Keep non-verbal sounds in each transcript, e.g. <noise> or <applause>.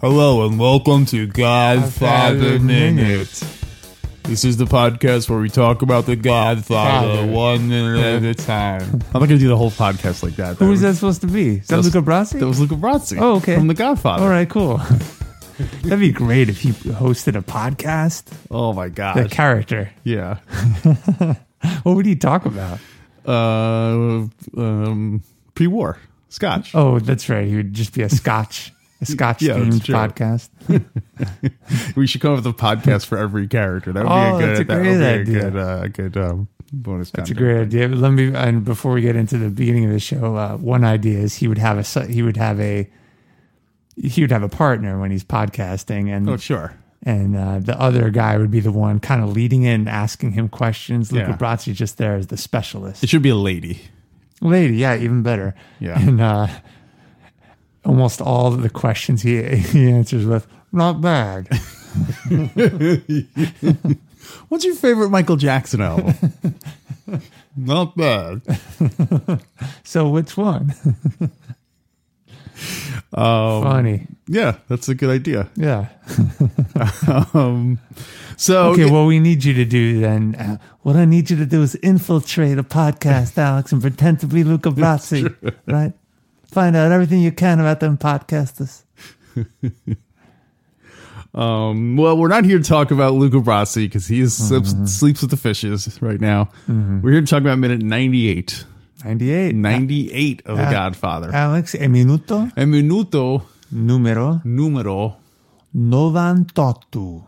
Hello and welcome to Godfather Godfather Minute. This is the podcast where we talk about the Godfather Father. one minute at a time. <laughs> I'm not gonna do the whole podcast like that. Who is that supposed to be? Is that, was- Luca Brasi? That was Luca Brasi. Oh, okay. From The Godfather. All right, cool. <laughs> That'd be great if he hosted a podcast. Oh my gosh. The character. yeah. What would he talk about? Uh, um, pre-war Scotch. Oh, that's right. He would just be a Scotch, <laughs> a Scotch that's themed true. podcast. We should come up with a podcast for every character. That would Oh, be a that's a good. that great would be a idea. good. Uh, good um, bonus. It's a great idea. Let me and before we get into the beginning of the show, uh, one idea is he would have a su- he would have a he would have a partner when he's podcasting, and Oh sure. and uh, the other guy would be the one kind of leading in, asking him questions. Luca Yeah. Brasi just there as the specialist. It should be a lady. lady yeah even better Yeah. and uh almost all of the questions he he answers with not <laughs> bad What's your favorite Michael Jackson <laughs> album? Not bad. so which one Um, funny yeah, that's a good idea. yeah Um, so okay well we need you to do then uh, what i need you to do is infiltrate a <laughs> podcast alex and pretend to be luca brasi right find out everything you can about them podcasters Um, well, we're not here to talk about Luca Brasi because he Mm-hmm. is, sleeps, sleeps with the fishes right now. We're here to talk about minute 98. 98 98 of The Uh, Godfather. alex e minuto A minuto numero numero 98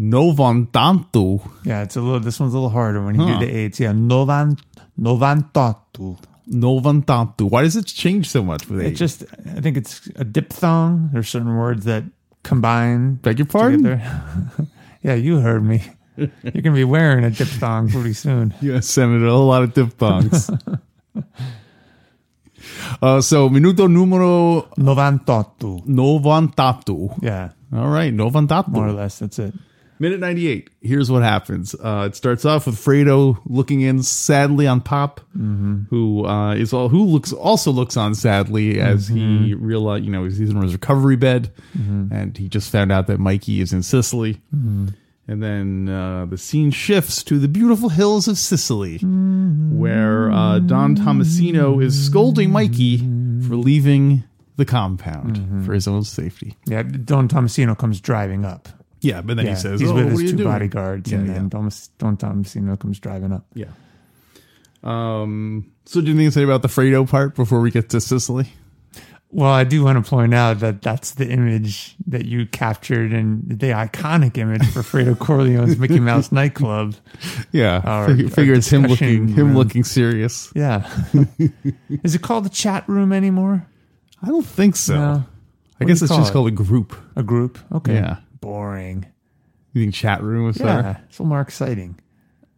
novantanto. Yeah, it's a little. This one's a little harder when you Huh. do the eights. Yeah, novan, novantotto. Novantanto. Why does it change so much with It age? just, I think it's a diphthong. There's certain words that combine. Beg your pardon? Together. <laughs> yeah, you heard me. You're gonna be wearing a diphthong pretty soon. <laughs> Yes, Senator. A whole lot of diphthongs. uh, so, minuto numero Novantotto. novantanto. Yeah, All right, novantanto. more or less. That's it. Minute 98. Here's what happens. Uh, it starts off with Fredo looking in sadly on Pop, who uh, is all who looks also looks on sadly as he realized you know he's in his recovery bed, and he just found out that Mikey is in Sicily. And then uh, the scene shifts to the beautiful hills of Sicily, where uh, Don Tomasino is scolding Mikey for leaving the compound for his own safety. Yeah, Don Tomasino comes driving up. Yeah, but then Yeah, he says, he's "Oh, with what are his you two doing?" bodyguards, Yeah, and yeah. then Thomas, Don Tomasino comes driving up. Yeah. Um. So, do you think to say about the Fredo part before we get to Sicily? Well, I do want to point out that that's the image that you captured and the iconic image for Fredo Corleone's <laughs> Mickey Mouse nightclub. Yeah, Our- figure, our figure it's him discussion looking him room. looking serious. <laughs> Yeah. Is it called the chat room anymore? I don't think so. No. I guess What do you it's call just it? called a group. A group? Okay. Yeah. Boring. You think chat room is Yeah. better? It's a little more exciting.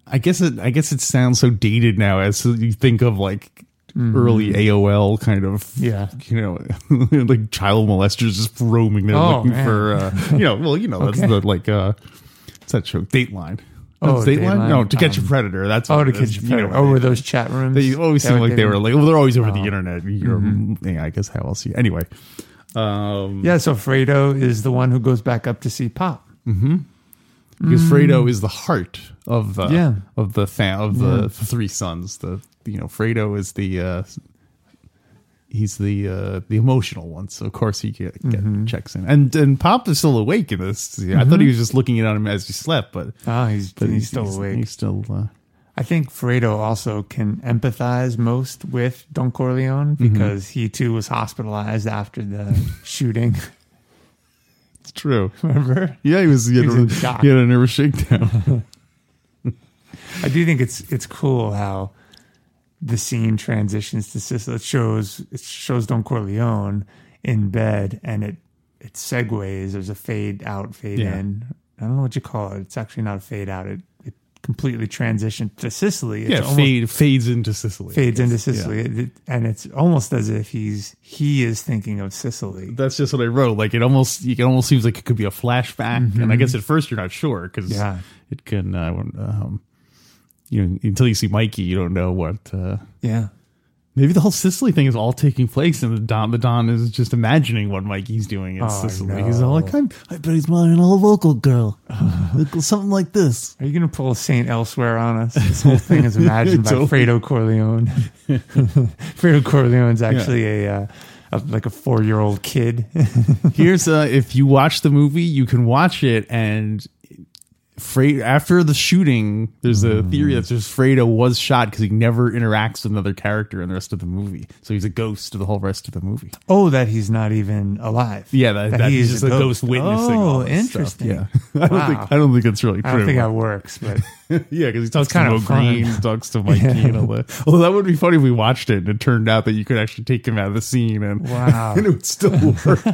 I guess it. I guess it sounds so dated now. As you think of like early AOL kind of. Mm-hmm. Yeah. You know, <laughs> like child molesters just roaming there Oh, looking man. for. Uh, you know, well, you know that's Okay. the like. uh It's that show, Dateline. Oh, That's Dateline? Dateline? No, to catch Um, a predator. That's Oh, what to it is. catch You you know, Oh, were those chat rooms? They always that seem like they getting- were like well, they're always over Oh. the internet. You're, Mm-hmm. yeah, I guess how else? You, anyway, um, Yeah, so Fredo is the one who goes back up to see Pop. because Fredo is the heart of the Mm. Yeah. of the fam- of the three sons. The you know Fredo is the uh, he's the uh, the emotional one, so of course he get, get Mm-hmm. checks in. And and Pop is still awake in this. Yeah, I thought he was just looking at him as he slept, but Ah, he's, but Mm-hmm. he's still awake. He's still uh, I think Fredo also can empathize most with Don Corleone because he too was hospitalized after the shooting. it's true. <laughs> Remember? Yeah, he was. He had, He's in a, shock. he had a nervous shakedown. I do think it's it's cool how the scene transitions to Sicily. It shows it shows Don Corleone in bed and it it segues. There's a fade out, fade Yeah. in. I don't know what you call it. It's actually not a fade out. It it completely transitioned to Sicily. It's yeah, almost- fade fades into Sicily. fades into Sicily, It- it- and it's almost as if he's he is thinking of Sicily. That's just what I wrote. Like it almost, it almost seems like it could be a flashback. And I guess at first you're not sure because Mm-hmm. Yeah. it can, uh, um, you know, until you see Mikey, you don't know what. Uh, Yeah, maybe the whole Sicily thing is all taking place, and the Don, the Don is just imagining what Mikey's doing in Oh, Sicily. no. He's all like, I'm, "I bet he's marrying a local <laughs> girl, something like this." are you going to pull Saint Elsewhere on <laughs> us? This whole thing is imagined by Totally. Fredo Corleone. <laughs> Fredo Corleone's actually a, uh, a like a four year old kid. <laughs> Here's uh, if you watch the movie, you can watch it and. Fre- after the shooting, there's a theory that just Fredo was shot because he never interacts with another character in the rest of the movie, so he's a ghost to the whole rest of the movie. oh, that he's not even alive. Yeah, that, that, he's just a ghost, witnessing. Oh, all this stuff. interesting. Yeah, <laughs> I don't Wow. think I don't think it's really true. I don't think that <laughs> works, but Yeah, because he talks to kind Mo of fun. Green, he talks to Mikey and all that. Although that would be funny if we watched it and it turned out that you could actually take him out of the scene and, Wow. <laughs> and it would still <laughs> work.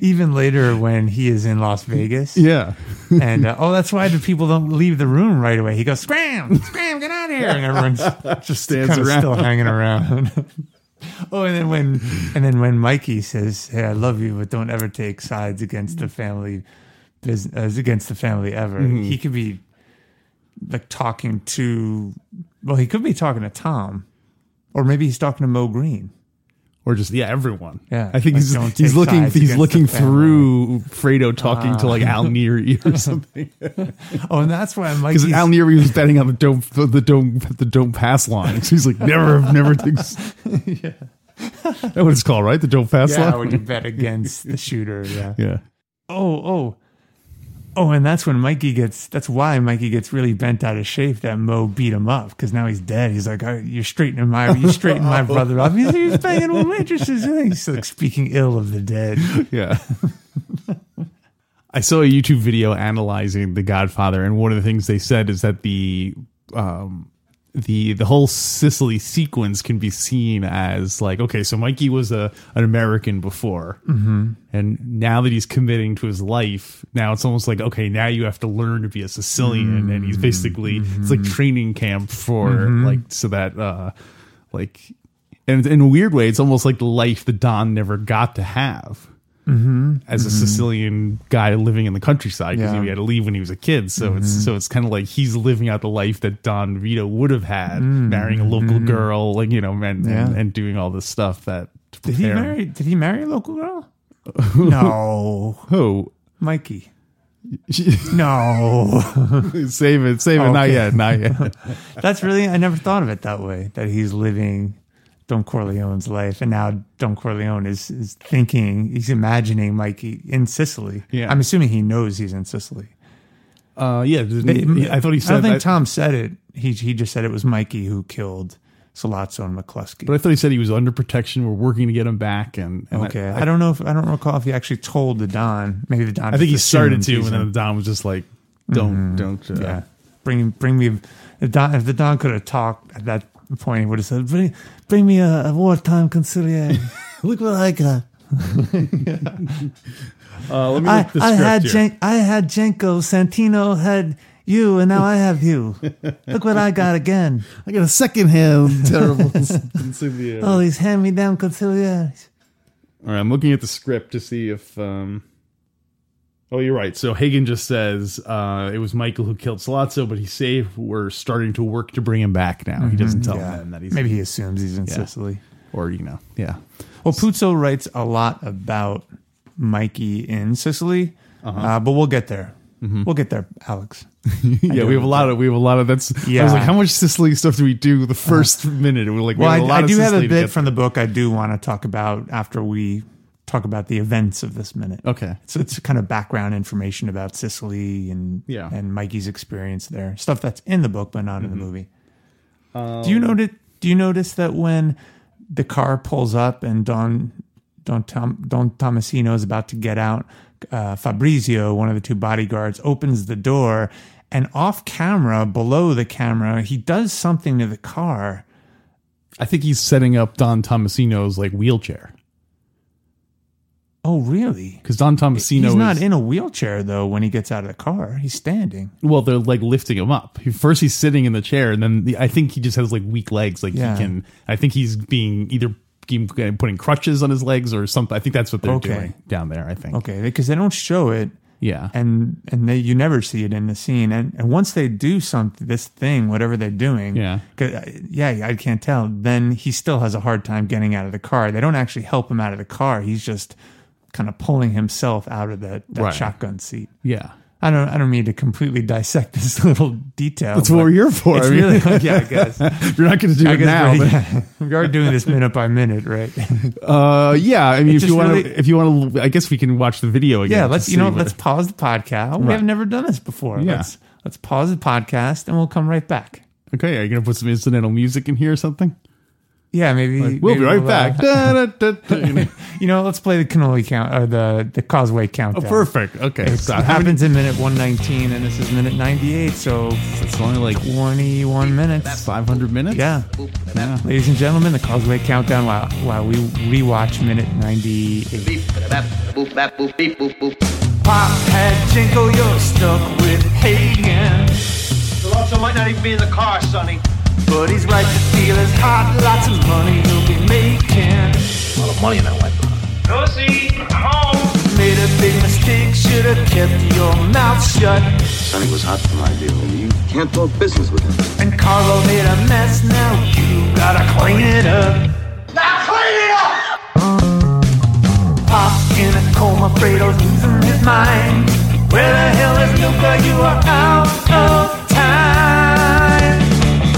even later when he is <laughs> in Las Vegas, yeah. and uh, oh, that's why the people don't leave the room right away. He goes, "Scram, scram, get out of here!" And <laughs> everyone's just Stands kind of around. still hanging around. <laughs> oh, and then when and then when Mikey says, "Hey, I love you, but don't ever take sides against the family business against the family ever," Mm-hmm. he could be like talking to, well, he could be talking to Tom, or maybe he's talking to Mo Green. Or just yeah, everyone. Yeah, I think like, don't he's he's take looking sides he's against looking the family. Ah. through Fredo talking to like Al Neary <laughs> or something Oh, and that's why Mikey's because Al Neary was betting on the don't the don't the don't pass line. So he's like never <laughs> never. Thinks, yeah, that's what it's called, right? The don't pass <laughs> yeah, line. when you bet against the shooter, yeah. Yeah. oh oh oh and that's when mikey gets that's why mikey gets really bent out of shape that mo beat him up because now he's dead he's like oh, you're straightening my you straighten my brother up he's, he's banging on waitresses he's like speaking ill of the dead Yeah. <laughs> I saw a YouTube video analyzing The Godfather, and one of the things they said is that the um, the the whole Sicily sequence can be seen as like, okay, so Mikey was a an American before, and now that he's committing to his life, now it's almost like, okay, now you have to learn to be a Sicilian, and Mm-hmm. he's basically it's like training camp for like so that uh, like, and in a weird way, it's almost like the life that Don never got to have as a Sicilian guy living in the countryside because Mm-hmm. Yeah. Mm-hmm. he had to leave when he was a kid. So it's so it's kind of like he's living out the life that Don Vito would have had, marrying a local girl, like you know, and, Mm-hmm. Yeah. and and doing all this stuff that. to did he prepare him. marry did he marry a local girl no <laughs> Who? mikey no save it, save it. Not Okay. yet, not yet. that's really i never thought of it that way that he's living don corleone's life and now don corleone is, is thinking he's imagining mikey in sicily Yeah. i'm assuming he knows he's in sicily <laughs> Uh, yeah, didn't he- I thought he I said. don't think I- Tom said it. He he just said it was Mikey who killed Salazzo and McCluskey. but I thought he said he was under protection. We're working to get him back, and, and I- okay, I, I, don't know if I don't recall if he actually told the Don. Maybe the Don. I think he just started assumed to, he's and in- then Don was just like, "Don't, don't." Uh, yeah, bring bring me the Don. If the Don could have talked at that point, he would have said, "Bring bring me a, a <laughs> wartime conciliator. Look what I got. Uh, let me I, look the I script had here. Jen- I had Jenko Santino had." You and now I have you. <laughs> Look what I got again. I got a second <laughs> hand terrible insignia. All these hand me down conciliators. All uh, right, I'm looking at the script to see if. Um... Oh, you're right. So Hagen just says uh, it was Michael who killed Salazzo, but he's safe. We're starting to work to bring him back now. He doesn't tell them Oh, that he's Maybe he assumes he's in Yeah. Sicily. or you know, yeah, Well, Puzo writes a lot about Mikey in Sicily, uh Uh-huh. but we'll get there. Mm-hmm. We'll get there, Alex. <laughs> yeah. We have a lot of we have a lot of that's. I Yeah. Uh, was like, how much Sicily stuff do we do the first minute? And we're like, Well, we have a lot I, I of do have Sicily a to bit get- from the book I do want to talk about after we talk about the events of this minute. Okay. So it's kind of background information about Sicily and Yeah. Mm-hmm. and Mikey's experience there. Stuff that's in the book but not in the movie. do Um, you notice do you notice that when the car pulls up and Don Don Tom, Don Tomasino is about to get out, uh, Fabrizio, one of the two bodyguards, opens the door and off camera, below the camera, he does something to the car. I think he's setting up Don Tomasino's like wheelchair. Oh, really? because Don Tomasino He's not is in a wheelchair though. When he gets out of the car, he's standing. well, they're like lifting him up. He- First, he's sitting in the chair, and then the, I think he just has like weak legs. Like Yeah. he can, I think he's being either being- putting crutches on his legs or something. I think that's what they're Okay. doing down there. I think. Okay, because they don't show it, Yeah. and and they you never see it in the scene. And and once they do something, this thing, whatever they're doing, Yeah. 'cause I- yeah, I can't tell. Then he still has a hard time getting out of the car. They don't actually help him out of the car. He's just kind of pulling himself out of that, that Right. shotgun seat. yeah. <laughs> I don't. I don't mean to completely dissect this <laughs> little detail. That's what but we're here for. It's I mean- really, <laughs> yeah, I guess. You're not going to do I it guess now. we're- but- yeah. <laughs> we are doing this minute by minute, <laughs> right? Uh, yeah. I mean, if just you want to, really- if you want to, I guess we can watch the video again. yeah, to let's you see know, what- let's pause the podcast. We Right. have never done this before. Yeah. Let's let's pause the podcast and we'll come right back. Okay, are you going to put some incidental music in here or something? Yeah, maybe We'll maybe be right uh, back. Da, da, da, da, you <laughs> know. you know, let's play the cannoli count or the the causeway countdown. Oh, Perfect. Okay, It so how many- happens in minute one nineteen, and this is minute ninety eight. So It's only like twenty one minutes. 500 minutes. Yeah. Ladies and gentlemen, the Causeway Countdown while, while we rewatch minute 98. beep, bap, boop, bap, boop, beep, boop, boop. Pop had Jinko, you're stuck with Hagen. Alonso might not even be in the car, Sonny. But he's right to feel his heart, lots of money he'll be making. A lot of money in that wipe. Pussy, home. Made a big mistake, should have kept your mouth shut. Sonny was hot for my deal. You can't talk business with him. And Carlo made a mess, now you gotta clean it up. Now clean it up! Pop in a coma, Fredo's losing his mind. Where the hell is Luca? You are out of time.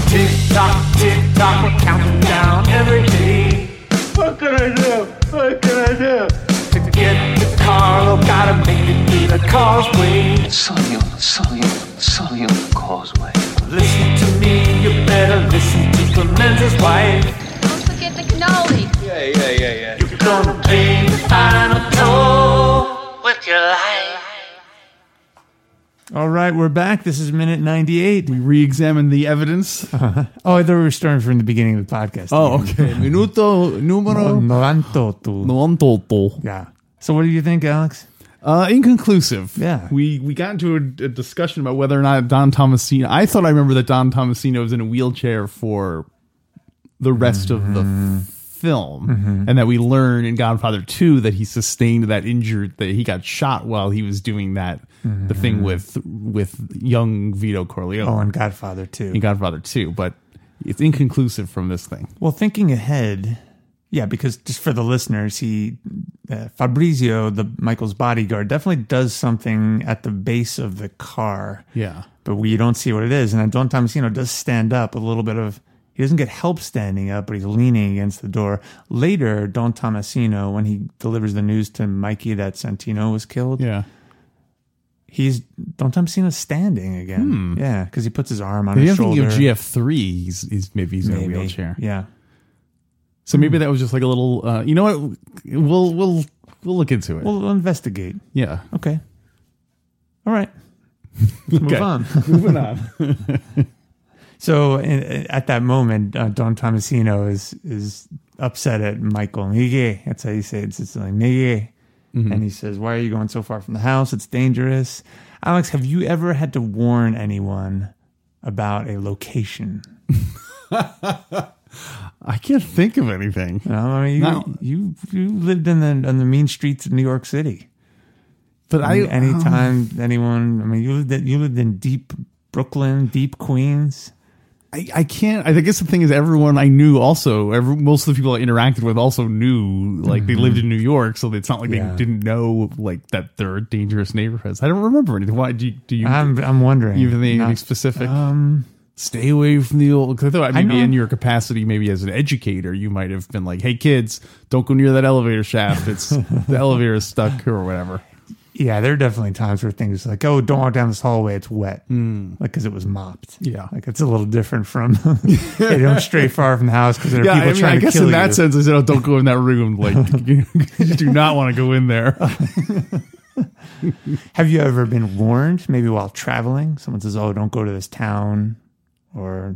Tick tock, tick tock, we're counting down every day. What can I do? What can I do? To get to Carlo, gotta make it through the causeway. Sonny on, Sonny on, Sonny on the causeway. Listen to me, you better listen to Clemenza's wife. Don't forget the cannoli. You're gonna pay the final toll. All right, we're back. This is minute 98. We re-examine the evidence. <laughs> Oh, I thought we were starting from the beginning of the podcast. Oh, <laughs> okay. Minuto numero Norantotu. non Yeah. So what do you think, Alex? Uh, inconclusive. Yeah. We we got into a, a discussion about whether or not Don Tomasino. I thought I remember that Don Tomasino was in a wheelchair for the rest of the f- film, Mm-hmm. and that we learn in Godfather Two that he sustained that injury that he got shot while he was doing that the Mm-hmm. thing with with young Vito Corleone Oh, and Godfather too. in Godfather Two, but it's inconclusive from this thing. Well, thinking ahead, yeah, because just for the listeners, he uh, Fabrizio, the Michael's bodyguard, definitely does something at the base of the car. Yeah. but we don't see what it is. And then Don Tomasino does stand up a little bit of. He doesn't get help standing up, but he's leaning against the door. Later, Don Tomasino, when he delivers the news to Mikey that Santino was killed, Yeah. he's Don Tomasino's standing again. Hmm. Yeah, because he puts his arm on If you his think shoulder. of GF3, he's, he's maybe he's in Maybe. a wheelchair. Yeah. So maybe that was just like a little. Uh, you know what? We'll we'll we'll look into it. We'll investigate. yeah. Okay. All <laughs> right. Let's Okay. <laughs> Move on. Moving on. so in, at that moment, uh, Don Tomasino is is upset at Michael Miguel. That's how you say it in Sicilian. Miguel. Mm-hmm. And he says, Why are you going so far from the house? It's dangerous. Alex, have you ever had to warn anyone about a location? I can't think of anything. You know, I mean, you, No. you you lived in the on the mean streets of New York City. But I um, Any anytime anyone, I mean, you lived in, you lived in deep Brooklyn, deep Queens. I, I can't. I guess the thing is, everyone I knew also, every, most of the people I interacted with also knew, like they lived in New York, so it's not like Mm-hmm. Yeah. they didn't know like that there are dangerous neighborhoods. I don't remember anything. Why do you, do you I'm I'm wondering. even anything Not- specific? um, Stay away from the old. 'cause I thought maybe know- in your capacity, maybe as an educator, you might have been like, "Hey kids, don't go near that elevator shaft. It's <laughs> the elevator is stuck or whatever." yeah, there are definitely times where things like, oh, don't walk down this hallway; it's wet, mm. like because it was mopped. Hmm. Yeah. like it's a little different from. <laughs> hey, don't stray far from the house because there are Yeah, people I, mean, trying I to guess kill in that you. sense, I said, "Oh, don't go in that room. Like, <laughs> you do not want to go in there." Have you ever been warned, maybe Hmm. while traveling? Someone says, "Oh, don't go to this town," or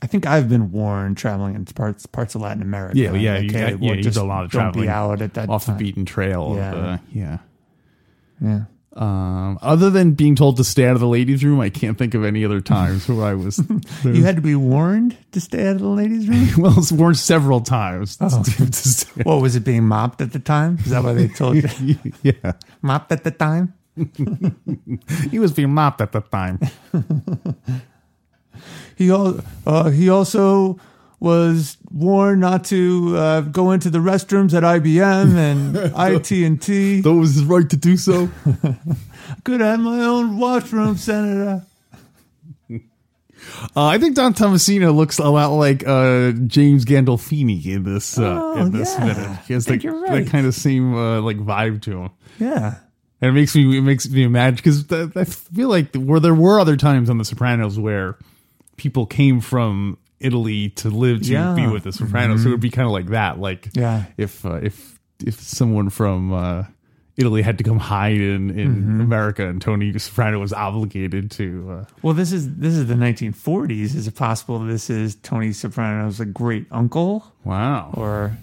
I think I've been warned traveling in parts parts of Latin America. Yeah, yeah, you got- yeah, well, you just did a lot of don't traveling be out at <laughs> that off the time. beaten trail. Yeah. Yeah. Of, uh, yeah. Yeah. Um, other than being told to stay out of the ladies' room, I can't think of any other times where I <laughs> was. You had to be warned to stay out of the ladies' room. <laughs> well, it's warned several times. Oh. What was it being mopped at the time? Is that why they told you <laughs> yeah, mopped at the time? <laughs> he was being mopped at the time. <laughs> He al- uh, he also was warned not to uh, go into the restrooms at <laughs> IBM and IT and T. Though it was his right to do <laughs> so. Could have my own washroom, Senator. Uh, I think Don Tomasino looks a lot like uh, James Gandolfini in this uh, Oh, in this yeah. minute. He has I think that, you're right. that kind of same uh, like vibe to him. Yeah. And it makes me it makes me imagine because I feel like where there were other times on The Sopranos where people came from Italy to live to Yeah. Mm-hmm. be with The Sopranos, so it would be kind of like that. Like Yeah. if uh, if if someone from uh, Italy had to come hide in in Mm-hmm. America, and Tony Soprano was obligated to. Uh, Well, this is this is the 1940s. Is it possible this is Tony Soprano's like great uncle wow, or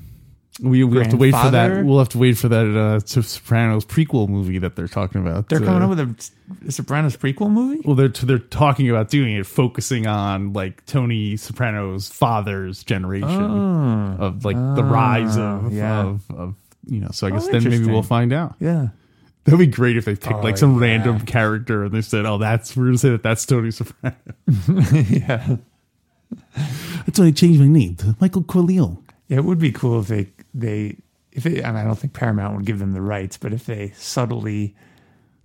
we we have to wait for grandfather? that. We'll have to wait for that uh, Sopranos prequel movie that they're talking about. they're coming uh, up with a, a Sopranos prequel movie? well they're they're talking about doing it focusing on like tony soprano's father's generation of like the rise of, Ah. yeah. of of you know so i guess Oh, then maybe we'll interesting. find out Yeah. that'd be great if they picked like some yeah. random character and they said oh that's we're gonna say that that's tony <laughs> soprano yeah. that's why i changed my name to michael corleone It would be cool if they they if it, and I don't think Paramount would give them the rights, but if they subtly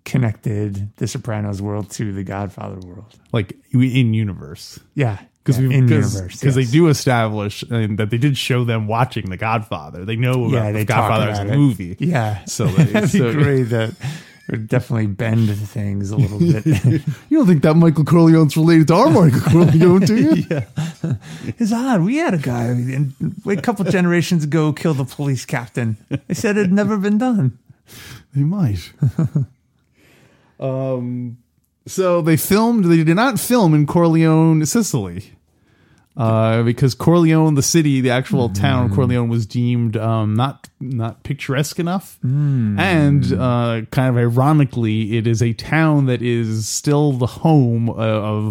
connected the Sopranos world to the Godfather world. like in universe Yeah. because yeah, we in because universe, because yes. they do establish and that they did show them watching the godfather they know about Yeah, the they talk godfather as about a it. movie Yeah. So they- <laughs> that'd be so- great that it would definitely bend things a little <laughs> bit. you don't think that michael corleone's related to our michael corleone do you It's odd. We had a guy in, a couple generations ago kill the police captain. They said it had never been done. They might. um, so they filmed. They did not film in Corleone, Sicily, uh, because Corleone, the city, the actual town of Corleone, was deemed um, not not picturesque enough, and uh, kind of ironically, it is a town that is still the home of,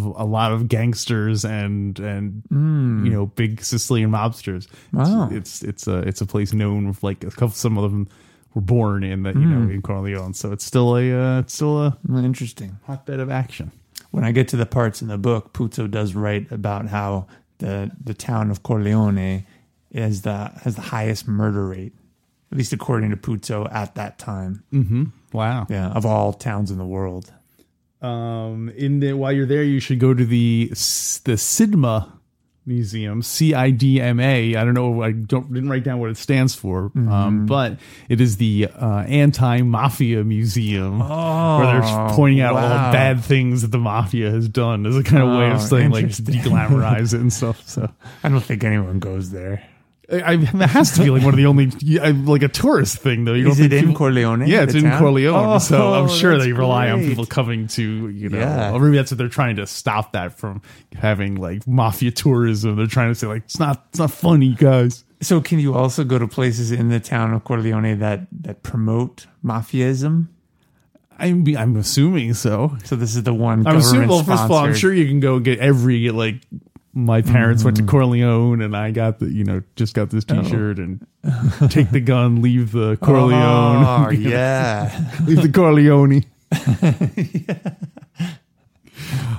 of a lot of gangsters and and you know big Sicilian mobsters. Wow. It's- it's it's a it's a place known with like a couple some of them were born in that you know in Corleone, so it's still a uh, it's still a Interesting. hotbed of action. When I get to the parts in the book, Puzo does write about how the the town of Corleone is the has the highest murder rate, at least according to Puzo at that time. Wow. Yeah, of all towns in the world. Um, in the while you're there, you should go to the S- the Sidma Museum, C I D M A. I don't know. I don't didn't write down what it stands for. Mm-hmm. Um, but it is the uh, anti mafia museum where they're pointing out all Oh, wow. the bad things that the mafia has done as a kind of way Oh, of saying like to interesting. glamorize <laughs> it and stuff. So. I don't think anyone goes there. I, I, that has to be like one of the only I- like a tourist thing though. You don't Is think it in people- Corleone, Yeah, it's the in town? Corleone. Oh, so I'm sure that's they rely on great. people coming to you know, Yeah. or maybe that's what they're trying to stop that from having like mafia tourism. They're trying to say like it's not it's not funny, guys. So can you also go to places in the town of Corleone that that promote mafiaism? I'm I'm assuming so. So this is the one I'm government assuming. Well, first of all, I'm sponsored- sure you can go get every like. My parents went to Mm-hmm. Corleone, and I got the you know just got this Oh. T-shirt and take the gun, leave the Corleone, <laughs> Oh, yeah. Leave the Corleone. <laughs>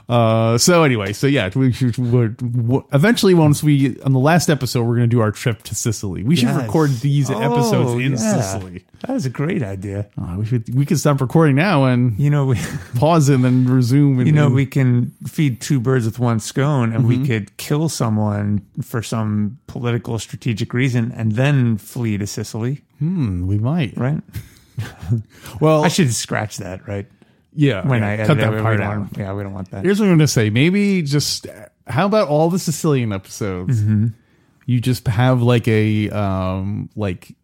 Uh, so anyway, so yeah, we should. We're, we eventually, once we on the last episode, we're gonna do our trip to Sicily. We should Yes. record these episodes Oh, in yeah. Sicily. That was a great idea. Uh, we should. We could stop recording now and You know, we, pause it and then resume. And, you know, and- we can feed two birds with one scone, and Mm-hmm. we could kill someone for some political strategic reason, and then flee to Sicily, hmm, we might. right? Well, I should scratch that, right? yeah. When Oh, yeah, I edit cut it, we that part don't out. want- yeah, we don't want that. Here's what I'm gonna say. Maybe just how about all the Sicilian episodes? Mm-hmm. You just have like a um like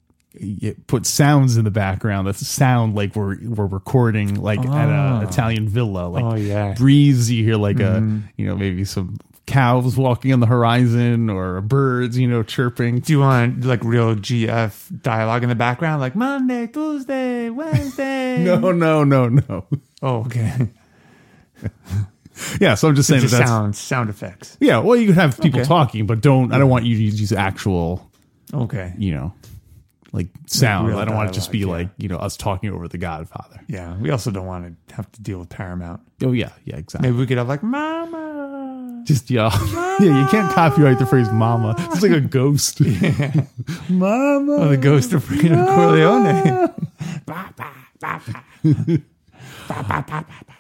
y- put sounds in the background that sound like we're we're recording like at an Italian villa. Like Ah. Oh, yeah. Mm-hmm. breeze. You hear like a you know maybe some cows walking on the horizon or birds, you know, <laughs> chirping. <laughs> Do you want like real GF dialogue in the background, like Monday, Tuesday, Wednesday? <laughs> No, no, no, no. Oh, <laughs> okay. Yeah, so I'm just saying Just that that's sound sound effects. yeah. Well, you could have people Okay. talking, but don't. I don't want you to use actual, Okay. you know, like sound. real I don't want it to just be dialogue, like you know us talking over the Godfather. Yeah. We also don't want to have to deal with Paramount. Oh yeah, yeah, exactly. Maybe we could have like Mama. Just yeah, <laughs> yeah. You can't copyright the phrase "mama." It's like a <laughs> ghost. mama. Oh, the ghost of Fredo <laughs> Corleone.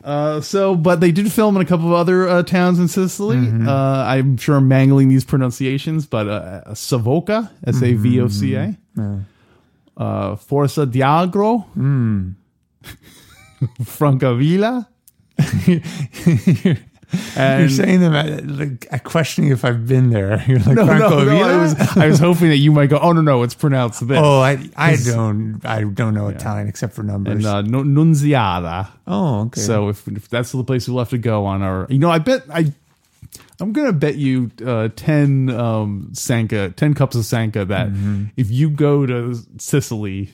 Uh, So, but they did film in a couple of other uh, towns in Sicily. Mm-hmm. Uh, I'm sure I'm mangling these pronunciations, but uh, Savoca, S A V O C A, Mm-hmm. Uh, Forza Diagro, Mm. <laughs> <laughs> Francavilla, and You're saying them at, like, at questioning if I've been there. <laughs> You're like Oh, no, Franco no, no, Villa? I was I was hoping that you might go. Oh no, no, it's pronounced this. Oh, I I don't I don't know Italian except for numbers. and uh, nu- Nunziata. oh, okay. So if, if that's the place we'll have to go on our, you know, I bet I, I'm gonna bet you uh, ten um, sanka, ten cups of sanka that Mm-hmm. if you go to Sicily,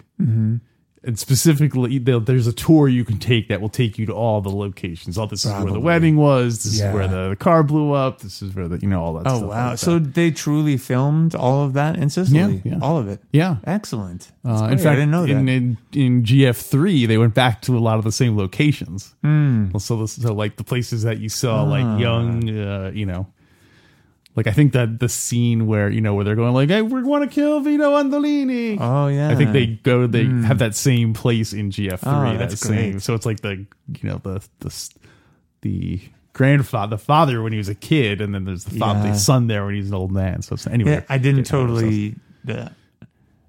and specifically there- there's a tour you can take that will take you to all the locations. All this is where the Probably. wedding was. This Yeah. is where the, the car blew up. This is where the you know all that. oh stuff wow. like so that. they truly filmed all of that in Sicily. Yeah, yeah. All of it. yeah. Excellent. That's Uh, in great. fact, I didn't know that. in, in in GF3, they went back to a lot of the same locations. Hmm. Mm. So, this, so like the places that you saw, Ah. like young, uh, you know, like I think that the scene where you know where they're going, like, "Hey, we want to kill Vito Andolini." oh yeah. Hmm. I think they go, they have that same place in GF3. Oh, that that's same- great. So it's like the you know the the s- the grandfather, the father when he was a kid, and then there's the father, Yeah. the son there when he's an old man. So it's, anyway, Yeah, I didn't getting ahead of ourselves. totally. uh,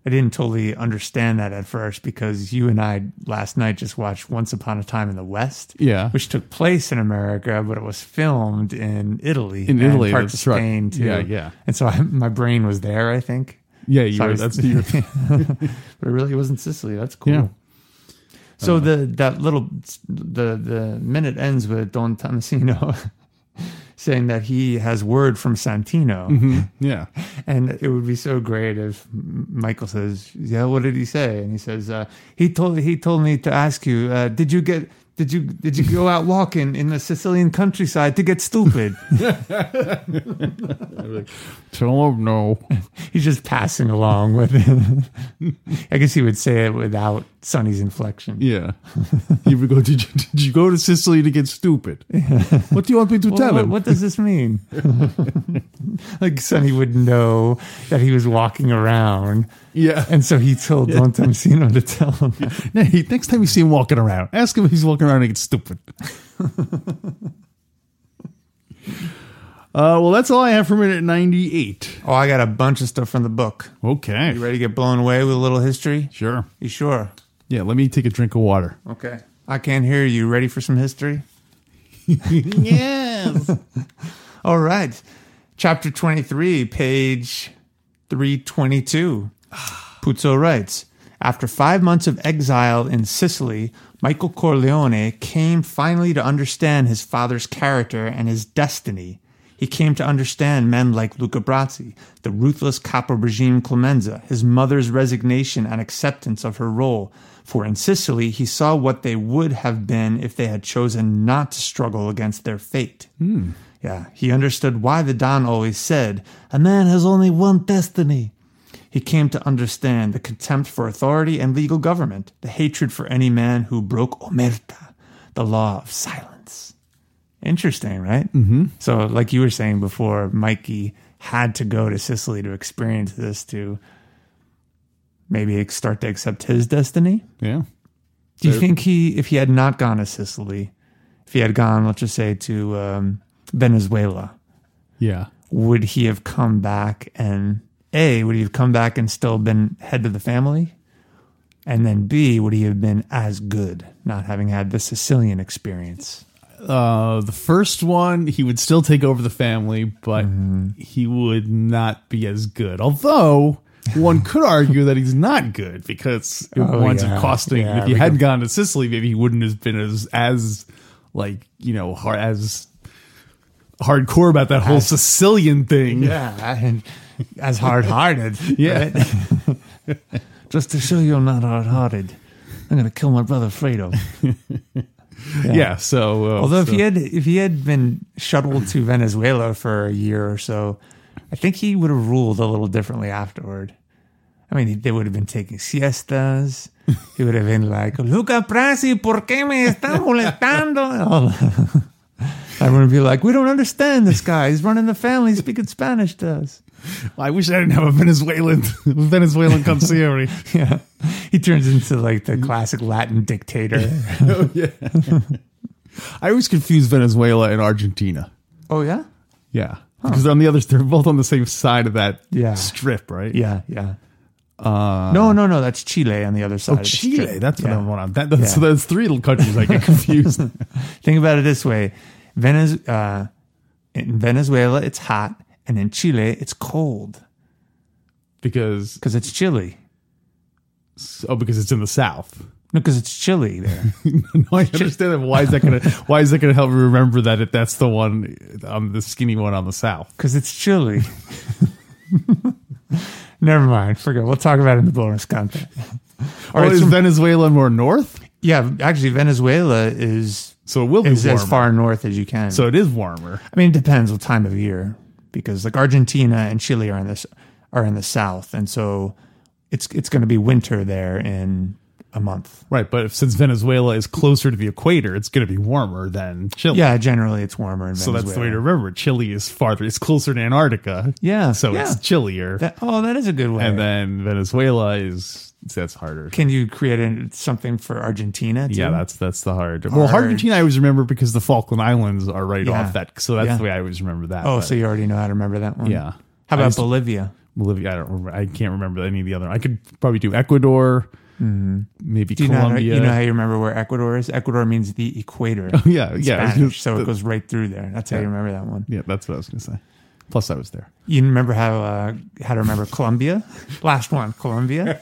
I didn't totally understand that at first because you and I last night just watched Once Upon a Time in the West. Yeah. which took place in America, but it was filmed in Italy. In Italy, and parts of that's right. Spain too. Yeah, yeah. And so I, my brain was there. I think. Yeah, you So I were, <laughs> was- that's your <laughs> But it really wasn't Sicily. That's cool. Yeah. Uh-huh. So the that little the the minute ends with Don Tomasino <laughs> saying that he has word from Santino. Mm-hmm. yeah. And it would be so great if M- Michael says, "Yeah, what did he say?" And he says, uh, "He told he told me to ask you, uh, did you get did you did you go out walking in the Sicilian countryside to <laughs> get stupid?" Tell him no. He's just passing along with <laughs> I guess he would say it without Sonny's inflection. Yeah. <laughs> He would go, did you, did you go to Sicily to get <laughs> stupid? What do you want me to Well, tell what, him? what does <laughs> this mean? like Sonny would know that he was walking around, Yeah. and so he told Don Tomasino to tell <laughs> him. No, he- next time you see him walking around, ask him if he's walking around to get stupid. <laughs> uh, well, that's all I have for minute 98. Oh, I got a bunch of stuff from the book. Okay. Ready to get blown away with a little history? Sure. You sure? Yeah, let me take a drink of water. Okay. I can't hear you. Ready for some history? yes. All right. Chapter 23, page 322. Puzzo writes After five months of exile in Sicily, Michael Corleone came finally to understand his father's character and his destiny. He came to understand men like Luca Brazzi, the ruthless capo regime Clemenza, his mother's resignation and acceptance of her role. For in Sicily, he saw what they would have been if they had chosen not to struggle against their fate. Yeah, he understood why the Don always said, A man has only one destiny. He came to understand the contempt for authority and legal government, the hatred for any man who broke omerta, the law of silence. Interesting, right? Mm-hmm. So, like you were saying before, Mikey had to go to Sicily to experience this to maybe start to accept his destiny. <laughs> Yeah. Do you think he, if he had not gone to Sicily, if he had gone, let's just say, to um, Venezuela, Yeah. would he have come back and A, would he have come back and still been head of the family? And then B, would he have been as good not having had the Sicilian experience? Uh, the first one, he would still take over the family, but Mm-hmm. he would not be as good. Although <laughs> one could argue that he's not good because it Oh, winds yeah. up costing. Yeah, if he we had could- gone to Sicily, maybe he wouldn't have been as as like you know hard as hardcore about that whole Sicilian thing. Yeah, and as hard-hearted. <laughs> <laughs> Yeah. right? Just to show you I'm not hard-hearted, I'm gonna kill my brother Fredo. <laughs> Yeah. so uh, Although so- if he had if he had been shuttled to Venezuela for a year or so, I think he would have ruled a little differently afterward. I mean, they would have been taking siestas. He would have been like, Luca Prasi, ¿por qué me está molestando? And all that. <laughs> I would be like, we don't understand this guy. He's running the family, speaking Spanish to us. I wish I didn't have a Venezuelan <laughs> <laughs> Venezuelan consigliere. Yeah. He turns into like the classic Latin dictator. I always confuse Venezuela and Argentina. oh, yeah? Yeah, because they're on the other. They're both on the same side of that Yeah. strip, right? Yeah, yeah. no, no, no. That's Chile on the other side. Uh, Oh, of the Chile. strip. That's what Yeah. I'm on. That, that's, Yeah. So that's three little countries I <laughs> get confused. Think about it this way: Venez- uh, in Venezuela, it's hot, and in Chile, it's cold because because it's chilly. oh, because it's in the south. No, because it's chilly there. <laughs> no, I understand that. Why is that <laughs> gonna? Why is that gonna help me remember that? If that's the one, um, the skinny one on the south. Because it's chilly. <laughs> Never mind. Forget. We'll talk about it in the bonus content. All Or right. Oh, is so- Venezuela more north? yeah, actually, Venezuela is So it will be is warmer. as far north as you can. so it is warmer. I mean, it depends what time of year, because like Argentina and Chile are in this are in the south, and so it's it's going to be winter there in a month. Right, but if, since Venezuela is closer to the equator, it's going to be warmer than Chile. Yeah, generally it's warmer in So Venezuela. that's the way to remember. it. Chile is farther; it's closer to Antarctica. Yeah, so it's yeah. chillier, That, oh, that is a good way. and then Venezuela is that's harder. Can you create an something for Argentina? Too? Yeah, that's that's the hard. Well, Argentina I always remember because the Falkland Islands are right Yeah. off that, so that's Yeah. the way I always remember that. Oh, but so you already know how to remember that one. Yeah. I How about used to- Bolivia? Bolivia. I don't. Remember, I can't remember any of the other. I could probably do Ecuador, maybe Mm-hmm. Do you know, how, to- Colombia. Oh, you know how you remember where Ecuador is? Ecuador means the equator. yeah, in yeah. <laughs> Spanish, so it goes right through there. That's how you remember that one. yeah, that's what I was going to say. Plus, I was there. You remember how uh, how to remember Colombia? Last one, Colombia.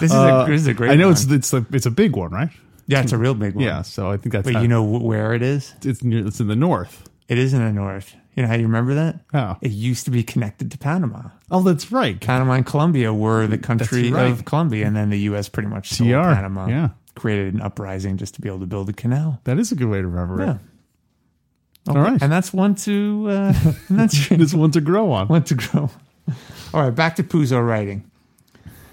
This is a this is a great. Uh, I know one. it's it's a, it's a big one, right? yeah, it's a real big one. Yeah, so I think that's but how- you know wh- where it is? it's near, it's in the north. It is in the north. You know how you remember that? How? It used to be connected to Panama. Oh, that's right. Panama and Colombia were the country right. of Colombia, and then the U.S. pretty much sold TR, Panama. yeah. created an uprising just to be able to build a canal. That is a good way to remember Yeah. it. All right. and that's one to uh, <laughs> and that's your- This one to grow on. went to grow. <laughs> All right, back to Puzo writing.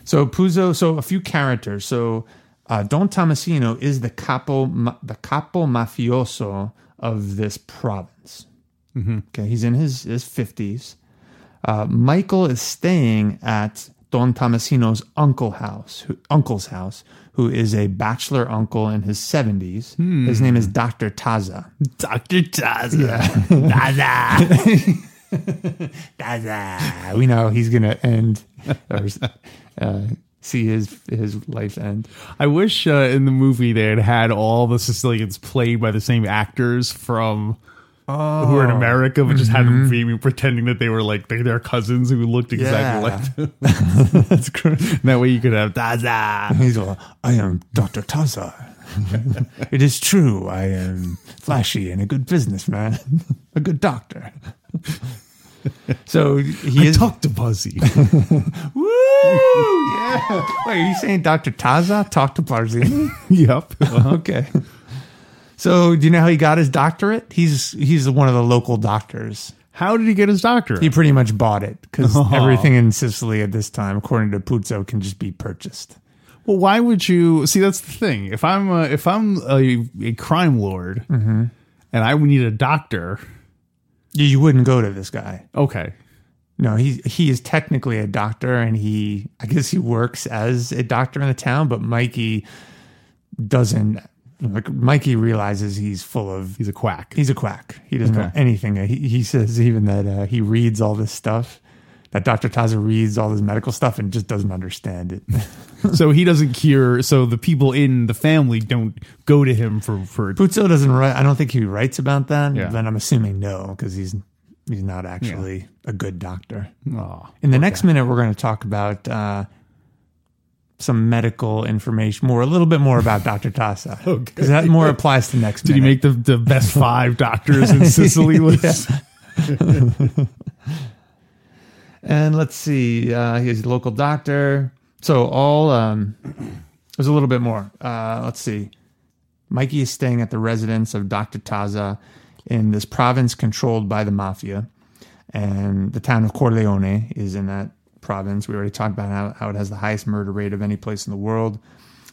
So Puzo, so a few characters. So uh, Don Tomasino is the capo, ma- the capo mafioso of this province. Okay, he's in his his fifties. Uh, Michael is staying at Don Tomasino's uncle house, who, uncle's house, who is a bachelor uncle in his seventies. His name is Doctor Taza. Doctor Taza. <laughs> Zaza. We know he's gonna end <laughs> or uh, see his his life end. I wish uh, in the movie they had had all the Sicilians played by the same actors from who Oh. were in America, but just had Mm-hmm. them be pretending that they were like they, their cousins who looked exactly Yeah. like them. <laughs> That's great. And that way you could have Taza. He's all, I am Doctor <laughs> Taza. it is true. I am flashy and a good businessman, a good doctor. <laughs> So he I is. talked to Buzzy. <laughs> Woo! Yeah. Wait, are you saying Doctor Taza talked to <laughs> Barzini? yep. Uh-huh. okay. So do you know how he got his doctorate? He's he's one of the local doctors. How did he get his doctorate? He pretty much bought it <laughs> because everything in Sicily at this time, according to Puzo, can just be purchased. Well, why would you see? That's the thing. If I'm a, if I'm a, a crime lord, Mm-hmm. and I would need a doctor. You, you wouldn't go to this guy. Okay, No, he he is technically a doctor, and he I guess he works as a doctor in the town. But Mikey doesn't. Like Mikey realizes he's full of he's a quack. he's a quack. He doesn't know Okay. anything. He, he says even that uh, he reads all this stuff. That Doctor Taza reads all this medical stuff and just doesn't understand it. <laughs> so he doesn't cure. So the people in the family don't go to him for for. Puzo doesn't write. I don't think he writes about that. Yeah. Then I'm assuming no, because he's he's not actually a good doctor. Aw. In the next minute, we're going to talk about uh, some medical information, more a little bit more about Doctor Tassa, <laughs> because that more applies to next. Did he <laughs> minute. make the, the best five doctors in Sicily list? and let's see, uh, he's a local doctor. So all um, <clears throat> there's a little bit more. Uh, let's see. Mikey is staying at the residence of Dr. Taza in this province controlled by the mafia. And the town of Corleone is in that province. We already talked about how, how it has the highest murder rate of any place in the world.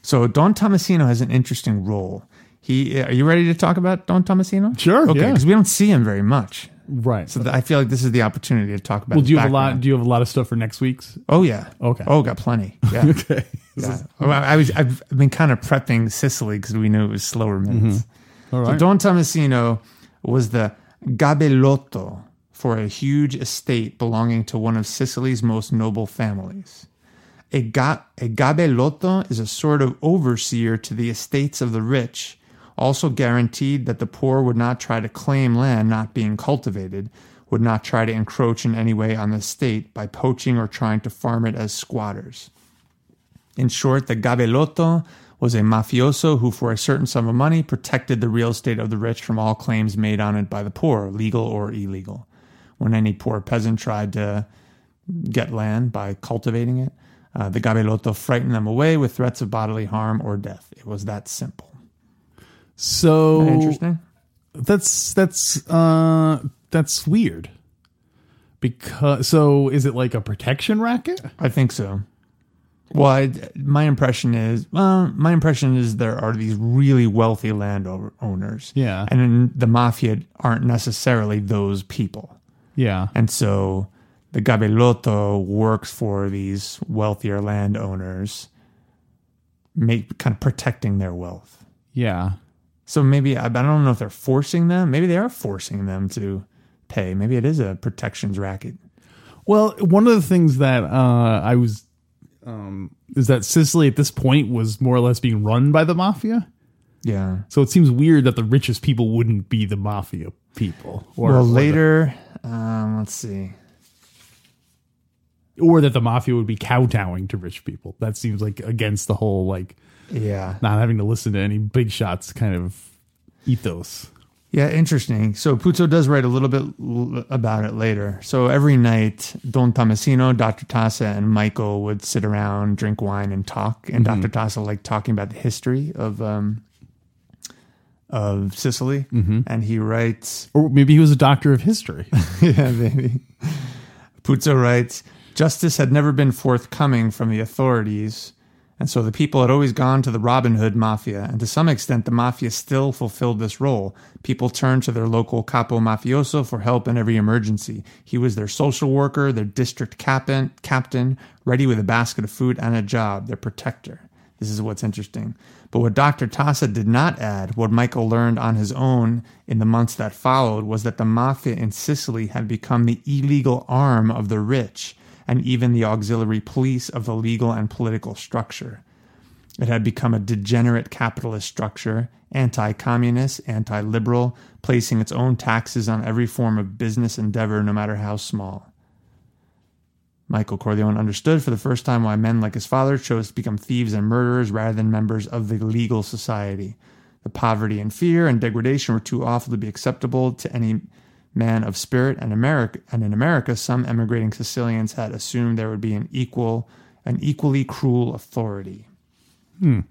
So Don Tomasino has an interesting role. He, are you ready to talk about Don Tomasino? Sure, Okay, yeah. because we don't see him very much. Right. So th- I feel like this is the opportunity to talk about. well, his do you have a lot? background. Do you have a lot of stuff for next week's? Oh yeah. Okay. Oh, got plenty. Yeah. okay. I was. I've been kind of prepping Sicily because we knew it was slower minutes. So Don Tomasino was the gabelotto for a huge estate belonging to one of Sicily's most noble families. A, ga- a gabelotto is a sort of overseer to the estates of the rich, also guaranteed that the poor would not try to claim land not being cultivated, would not try to encroach in any way on the state by poaching or trying to farm it as squatters. In short, the Gabelotto was a mafioso who, for a certain sum of money, protected the real estate of the rich from all claims made on it by the poor, legal or illegal. When any poor peasant tried to get land by cultivating it, uh, the Gabelotto frightened them away with threats of bodily harm or death. It was that simple. So Interesting. That's that's uh that's weird. Because so is it like a protection racket? I think so. Well, I, my impression is, well, my impression is there are these really wealthy landowners. Yeah. And then the mafia aren't necessarily those people. Yeah. And so the Gabelotto works for these wealthier landowners, make, kind of protecting their wealth. Yeah. So maybe, I, I don't know if they're forcing them. Maybe they are forcing them to pay. Maybe it is a protections racket. Well, one of the things that uh I was um is that Sicily at this point was more or less being run by the mafia. Yeah. So it seems weird that the richest people wouldn't be the mafia people or well, or the- later, um, let's see. or that the mafia would be kowtowing to rich people. That seems like against the whole like Yeah. not having to listen to any big shots kind of ethos. Yeah, interesting. So Puzo does write a little bit l- about it later. So every night, Don Tomasino, Dr. Tassa, and Michael would sit around, drink wine, and talk. And Dr. Tassa liked talking about the history of um, of Sicily. And he writes, Or maybe he was a doctor of history. <laughs> yeah, baby. Puzo writes, justice had never been forthcoming from the authorities, and so the people had always gone to the Robin Hood mafia, and to some extent the mafia still fulfilled this role. People turned to their local capo mafioso for help in every emergency. He was their social worker, their district captain, captain, ready with a basket of food and a job, their protector. This is what's interesting. But what Dr. Tassa did not add, what Michael learned on his own in the months that followed, was that the mafia in Sicily had become the illegal arm of the rich and even the auxiliary police of the legal and political structure. It had become a degenerate capitalist structure, anti communist, anti liberal, placing its own taxes on every form of business endeavor, no matter how small. Michael Corleone understood for the first time why men like his father chose to become thieves and murderers rather than members of the legal society. The poverty and fear and degradation were too awful to be acceptable to any man of spirit and America and in America some emigrating Sicilians had assumed there would be an equal an equally cruel authority.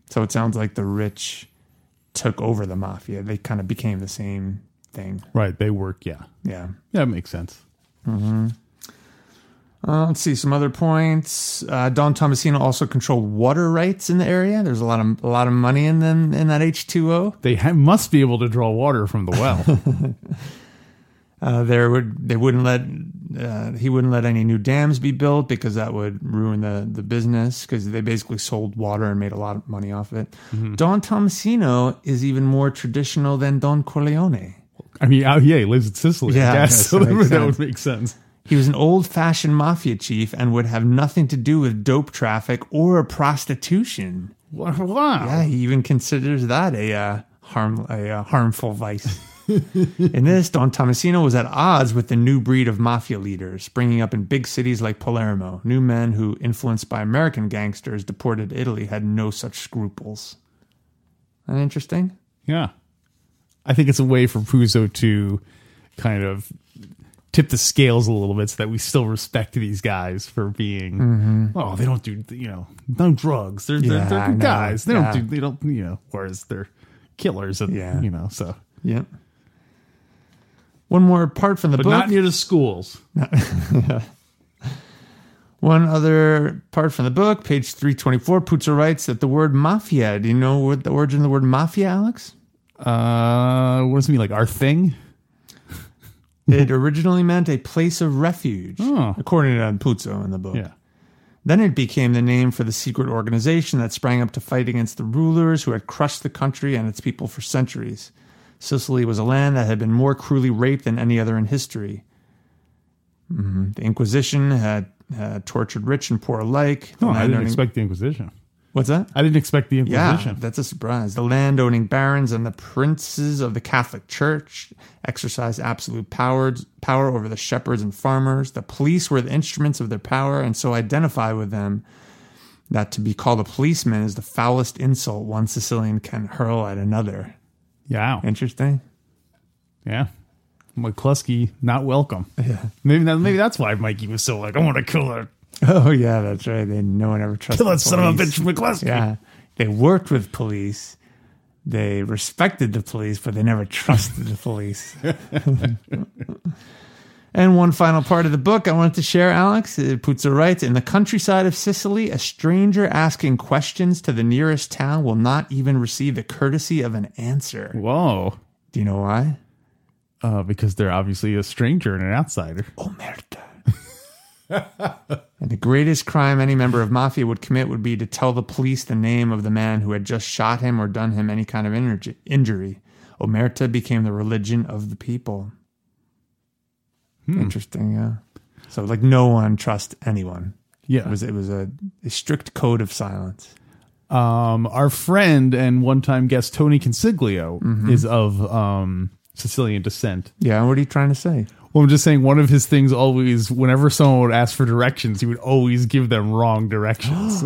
So it sounds like the rich took over the mafia. They kind of became the same thing. <laughs> right, they work, yeah. Yeah. That makes sense. Uh, let's see some other points. Uh, Don Tomasino also controlled water rights in the area. There's a lot of a lot of money in them in that H2O. They ha- must be able to draw water from the <laughs> well. Uh, there would they wouldn't let uh, he wouldn't let any new dams be built because that would ruin the the business because they basically sold water and made a lot of money off of it. Don Tomasino is even more traditional than Don Corleone. I mean, oh, yeah, he lives in Sicily. Yeah, Yeah, I guess <laughs> so that that, makes would sense. make sense. He was an old fashioned mafia chief and would have nothing to do with dope traffic or prostitution. Wow. Yeah, he even considers that a uh, harm a uh, harmful vice. in this, Don Tomasino was at odds with the new breed of mafia leaders, springing up in big cities like Palermo. New men who, influenced by American gangsters deported to Italy, had no such scruples. That interesting. Yeah. I think it's a way for Puzo to kind of tip the scales a little bit so that we still respect these guys for being oh they don't do you know no drugs they're Yeah, they're, they're I know. good guys they Yeah. don't do they don't you know whereas they're killers and Yeah. you know so Yep. One more apart from the but book. not near the schools One other part from the book, page 324, Putzer writes that the word mafia, do you know what the origin of the word mafia, Alex? uh what does it mean like our thing It originally meant a place of refuge, according to Puzzo in the book. Oh. yeah Then it became the name for the secret organization that sprang up to fight against the rulers who had crushed the country and its people for centuries. Sicily was a land that had been more cruelly raped than any other in history. Mhm. The Inquisition had uh, tortured rich and poor alike. The no Oh, i didn't landowning- expect the inquisition What's that? i didn't expect the Yeah, inquisition that's a surprise. The landowning barons and the princes of the Catholic Church exercised absolute power power over the shepherds and farmers. The police were the instruments of their power, and so identify with them. That to be called a policeman is the foulest insult one Sicilian can hurl at another. yeah Interesting. Yeah. McCluskey, not welcome. <laughs> Yeah. Maybe that, maybe that's why Mikey was so like, I want to kill her. <laughs> Oh yeah, that's right. They no one ever trusted. Kill <laughs> that son of a police. bitch McCluskey. Yeah, they worked with police. They respected the police, but they never <laughs> trusted the police. <laughs> and one final part of the book I wanted to share, Alex. uh, Puzzo writes In the countryside of Sicily, a stranger asking questions to the nearest town will not even receive the courtesy of an answer. Whoa. Do you know why? Uh, because they're obviously a stranger and an outsider. Omerta. and the greatest crime any member of mafia would commit would be to tell the police the name of the man who had just shot him or done him any kind of injury. injury. Omerta became the religion of the people. Hmm. Interesting, yeah. So like no one trusts anyone. Yeah. It was it was a, a strict code of silence. Um, our friend and one time guest Tony Consiglio is of um, Sicilian descent. Yeah, what are you trying to say? Well, I'm just saying one of his things always, whenever someone would ask for directions, he would always give them wrong <gasps> directions.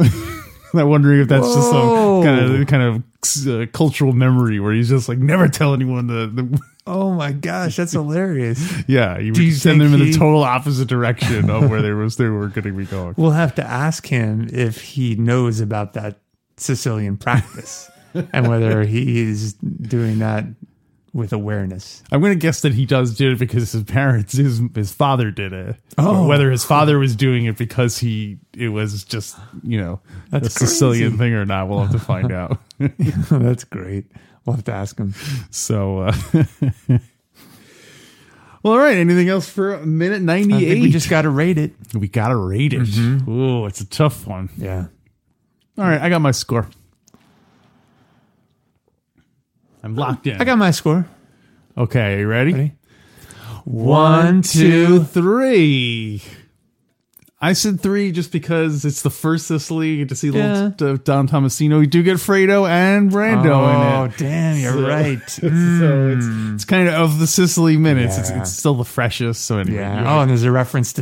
<laughs> I'm wondering if that's just some Whoa. kind of kind of uh, cultural memory where he's just like never tell anyone the, the <laughs> Oh my gosh, that's hilarious. yeah you would you send them think in he- the total opposite direction of where they was they were going to be going. We'll have to ask him if he knows about that Sicilian practice and whether he is doing that with awareness. <laughs> I'm going to guess that he does did it because his parents his his father did it. Oh. whether his father was doing it because he it was just you know That's a Sicilian crazy. thing or not, we'll have to find out. <laughs> That's great. We'll have to ask him. So, uh, <laughs> well, all right. Anything else for minute I ninety think eight? we just got to rate it. we gotta rate it. Mm-hmm. Ooh, it's a tough one. Yeah. All right, I got my score. I'm locked in. I got my score. okay, you ready? Ready? One, Two, two. three. I said three just because it's the first Sicily. You get to see Yeah. little D- Don Tomasino. You do get Fredo and Brando in it. Oh, damn, <laughs> you're So- right. Hmm. So it's, it's kind of of the Sicily minutes. Yeah. It's, it's still the freshest. So anyway, you <laughs> Yeah. Oh, and there's a reference to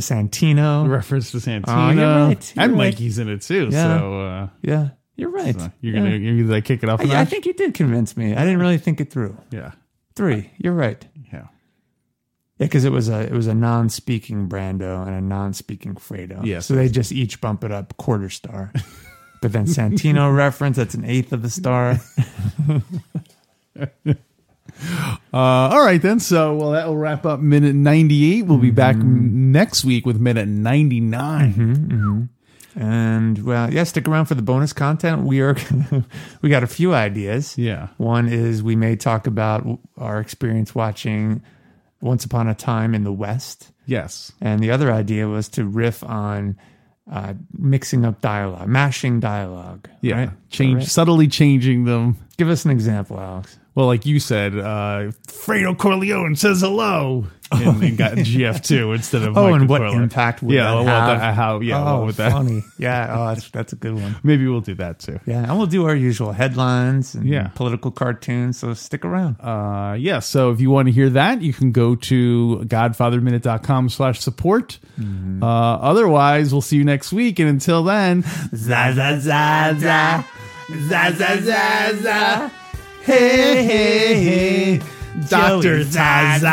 <laughs> Santino. reference to Santino. Oh, you're right, you're and right. Mikey's in it too. Yeah. So uh, Yeah. You're right. you're gonna Yeah. you're gonna kick it off. a I, I notch? think you did convince me. I didn't really think it through. Yeah. Three. You're right. Yeah. Yeah, because it was a it was a non-speaking Brando and a non-speaking Fredo. Yes. So they just each bump it up <laughs> quarter star. but then Santino reference, that's an eighth of the star. Uh, all right then. So well, that will wrap up minute ninety eight. We'll be back Mm-hmm. m- next week with minute ninety And well, yeah, stick around for the bonus content. We are <laughs> we got a few ideas. Yeah. One is we may talk about our experience watching Once Upon a Time in the West. Yes. And the other idea was to riff on uh, mixing up dialogue, mashing dialogue. Yeah. right? Change Right? subtly changing them. Give us an example, Alex. Well, like you said, uh, Fredo Corleone says hello and, and got GF two instead of <laughs> Oh, Michael and what Corleone. impact would yeah, that well, have? that- how yeah oh, what would that <laughs> funny. Yeah, oh, that's that's a good one. maybe we'll do that too. Yeah, and we'll do our usual headlines and Yeah. political cartoons. So stick around. Uh, yeah, so if you want to hear that, you can go to godfatherminute.com slash support. Mm-hmm. Uh, otherwise, we'll see you next week. And until then, za za za za za za za za. Hey hey hey, Dr. <laughs> Zaza.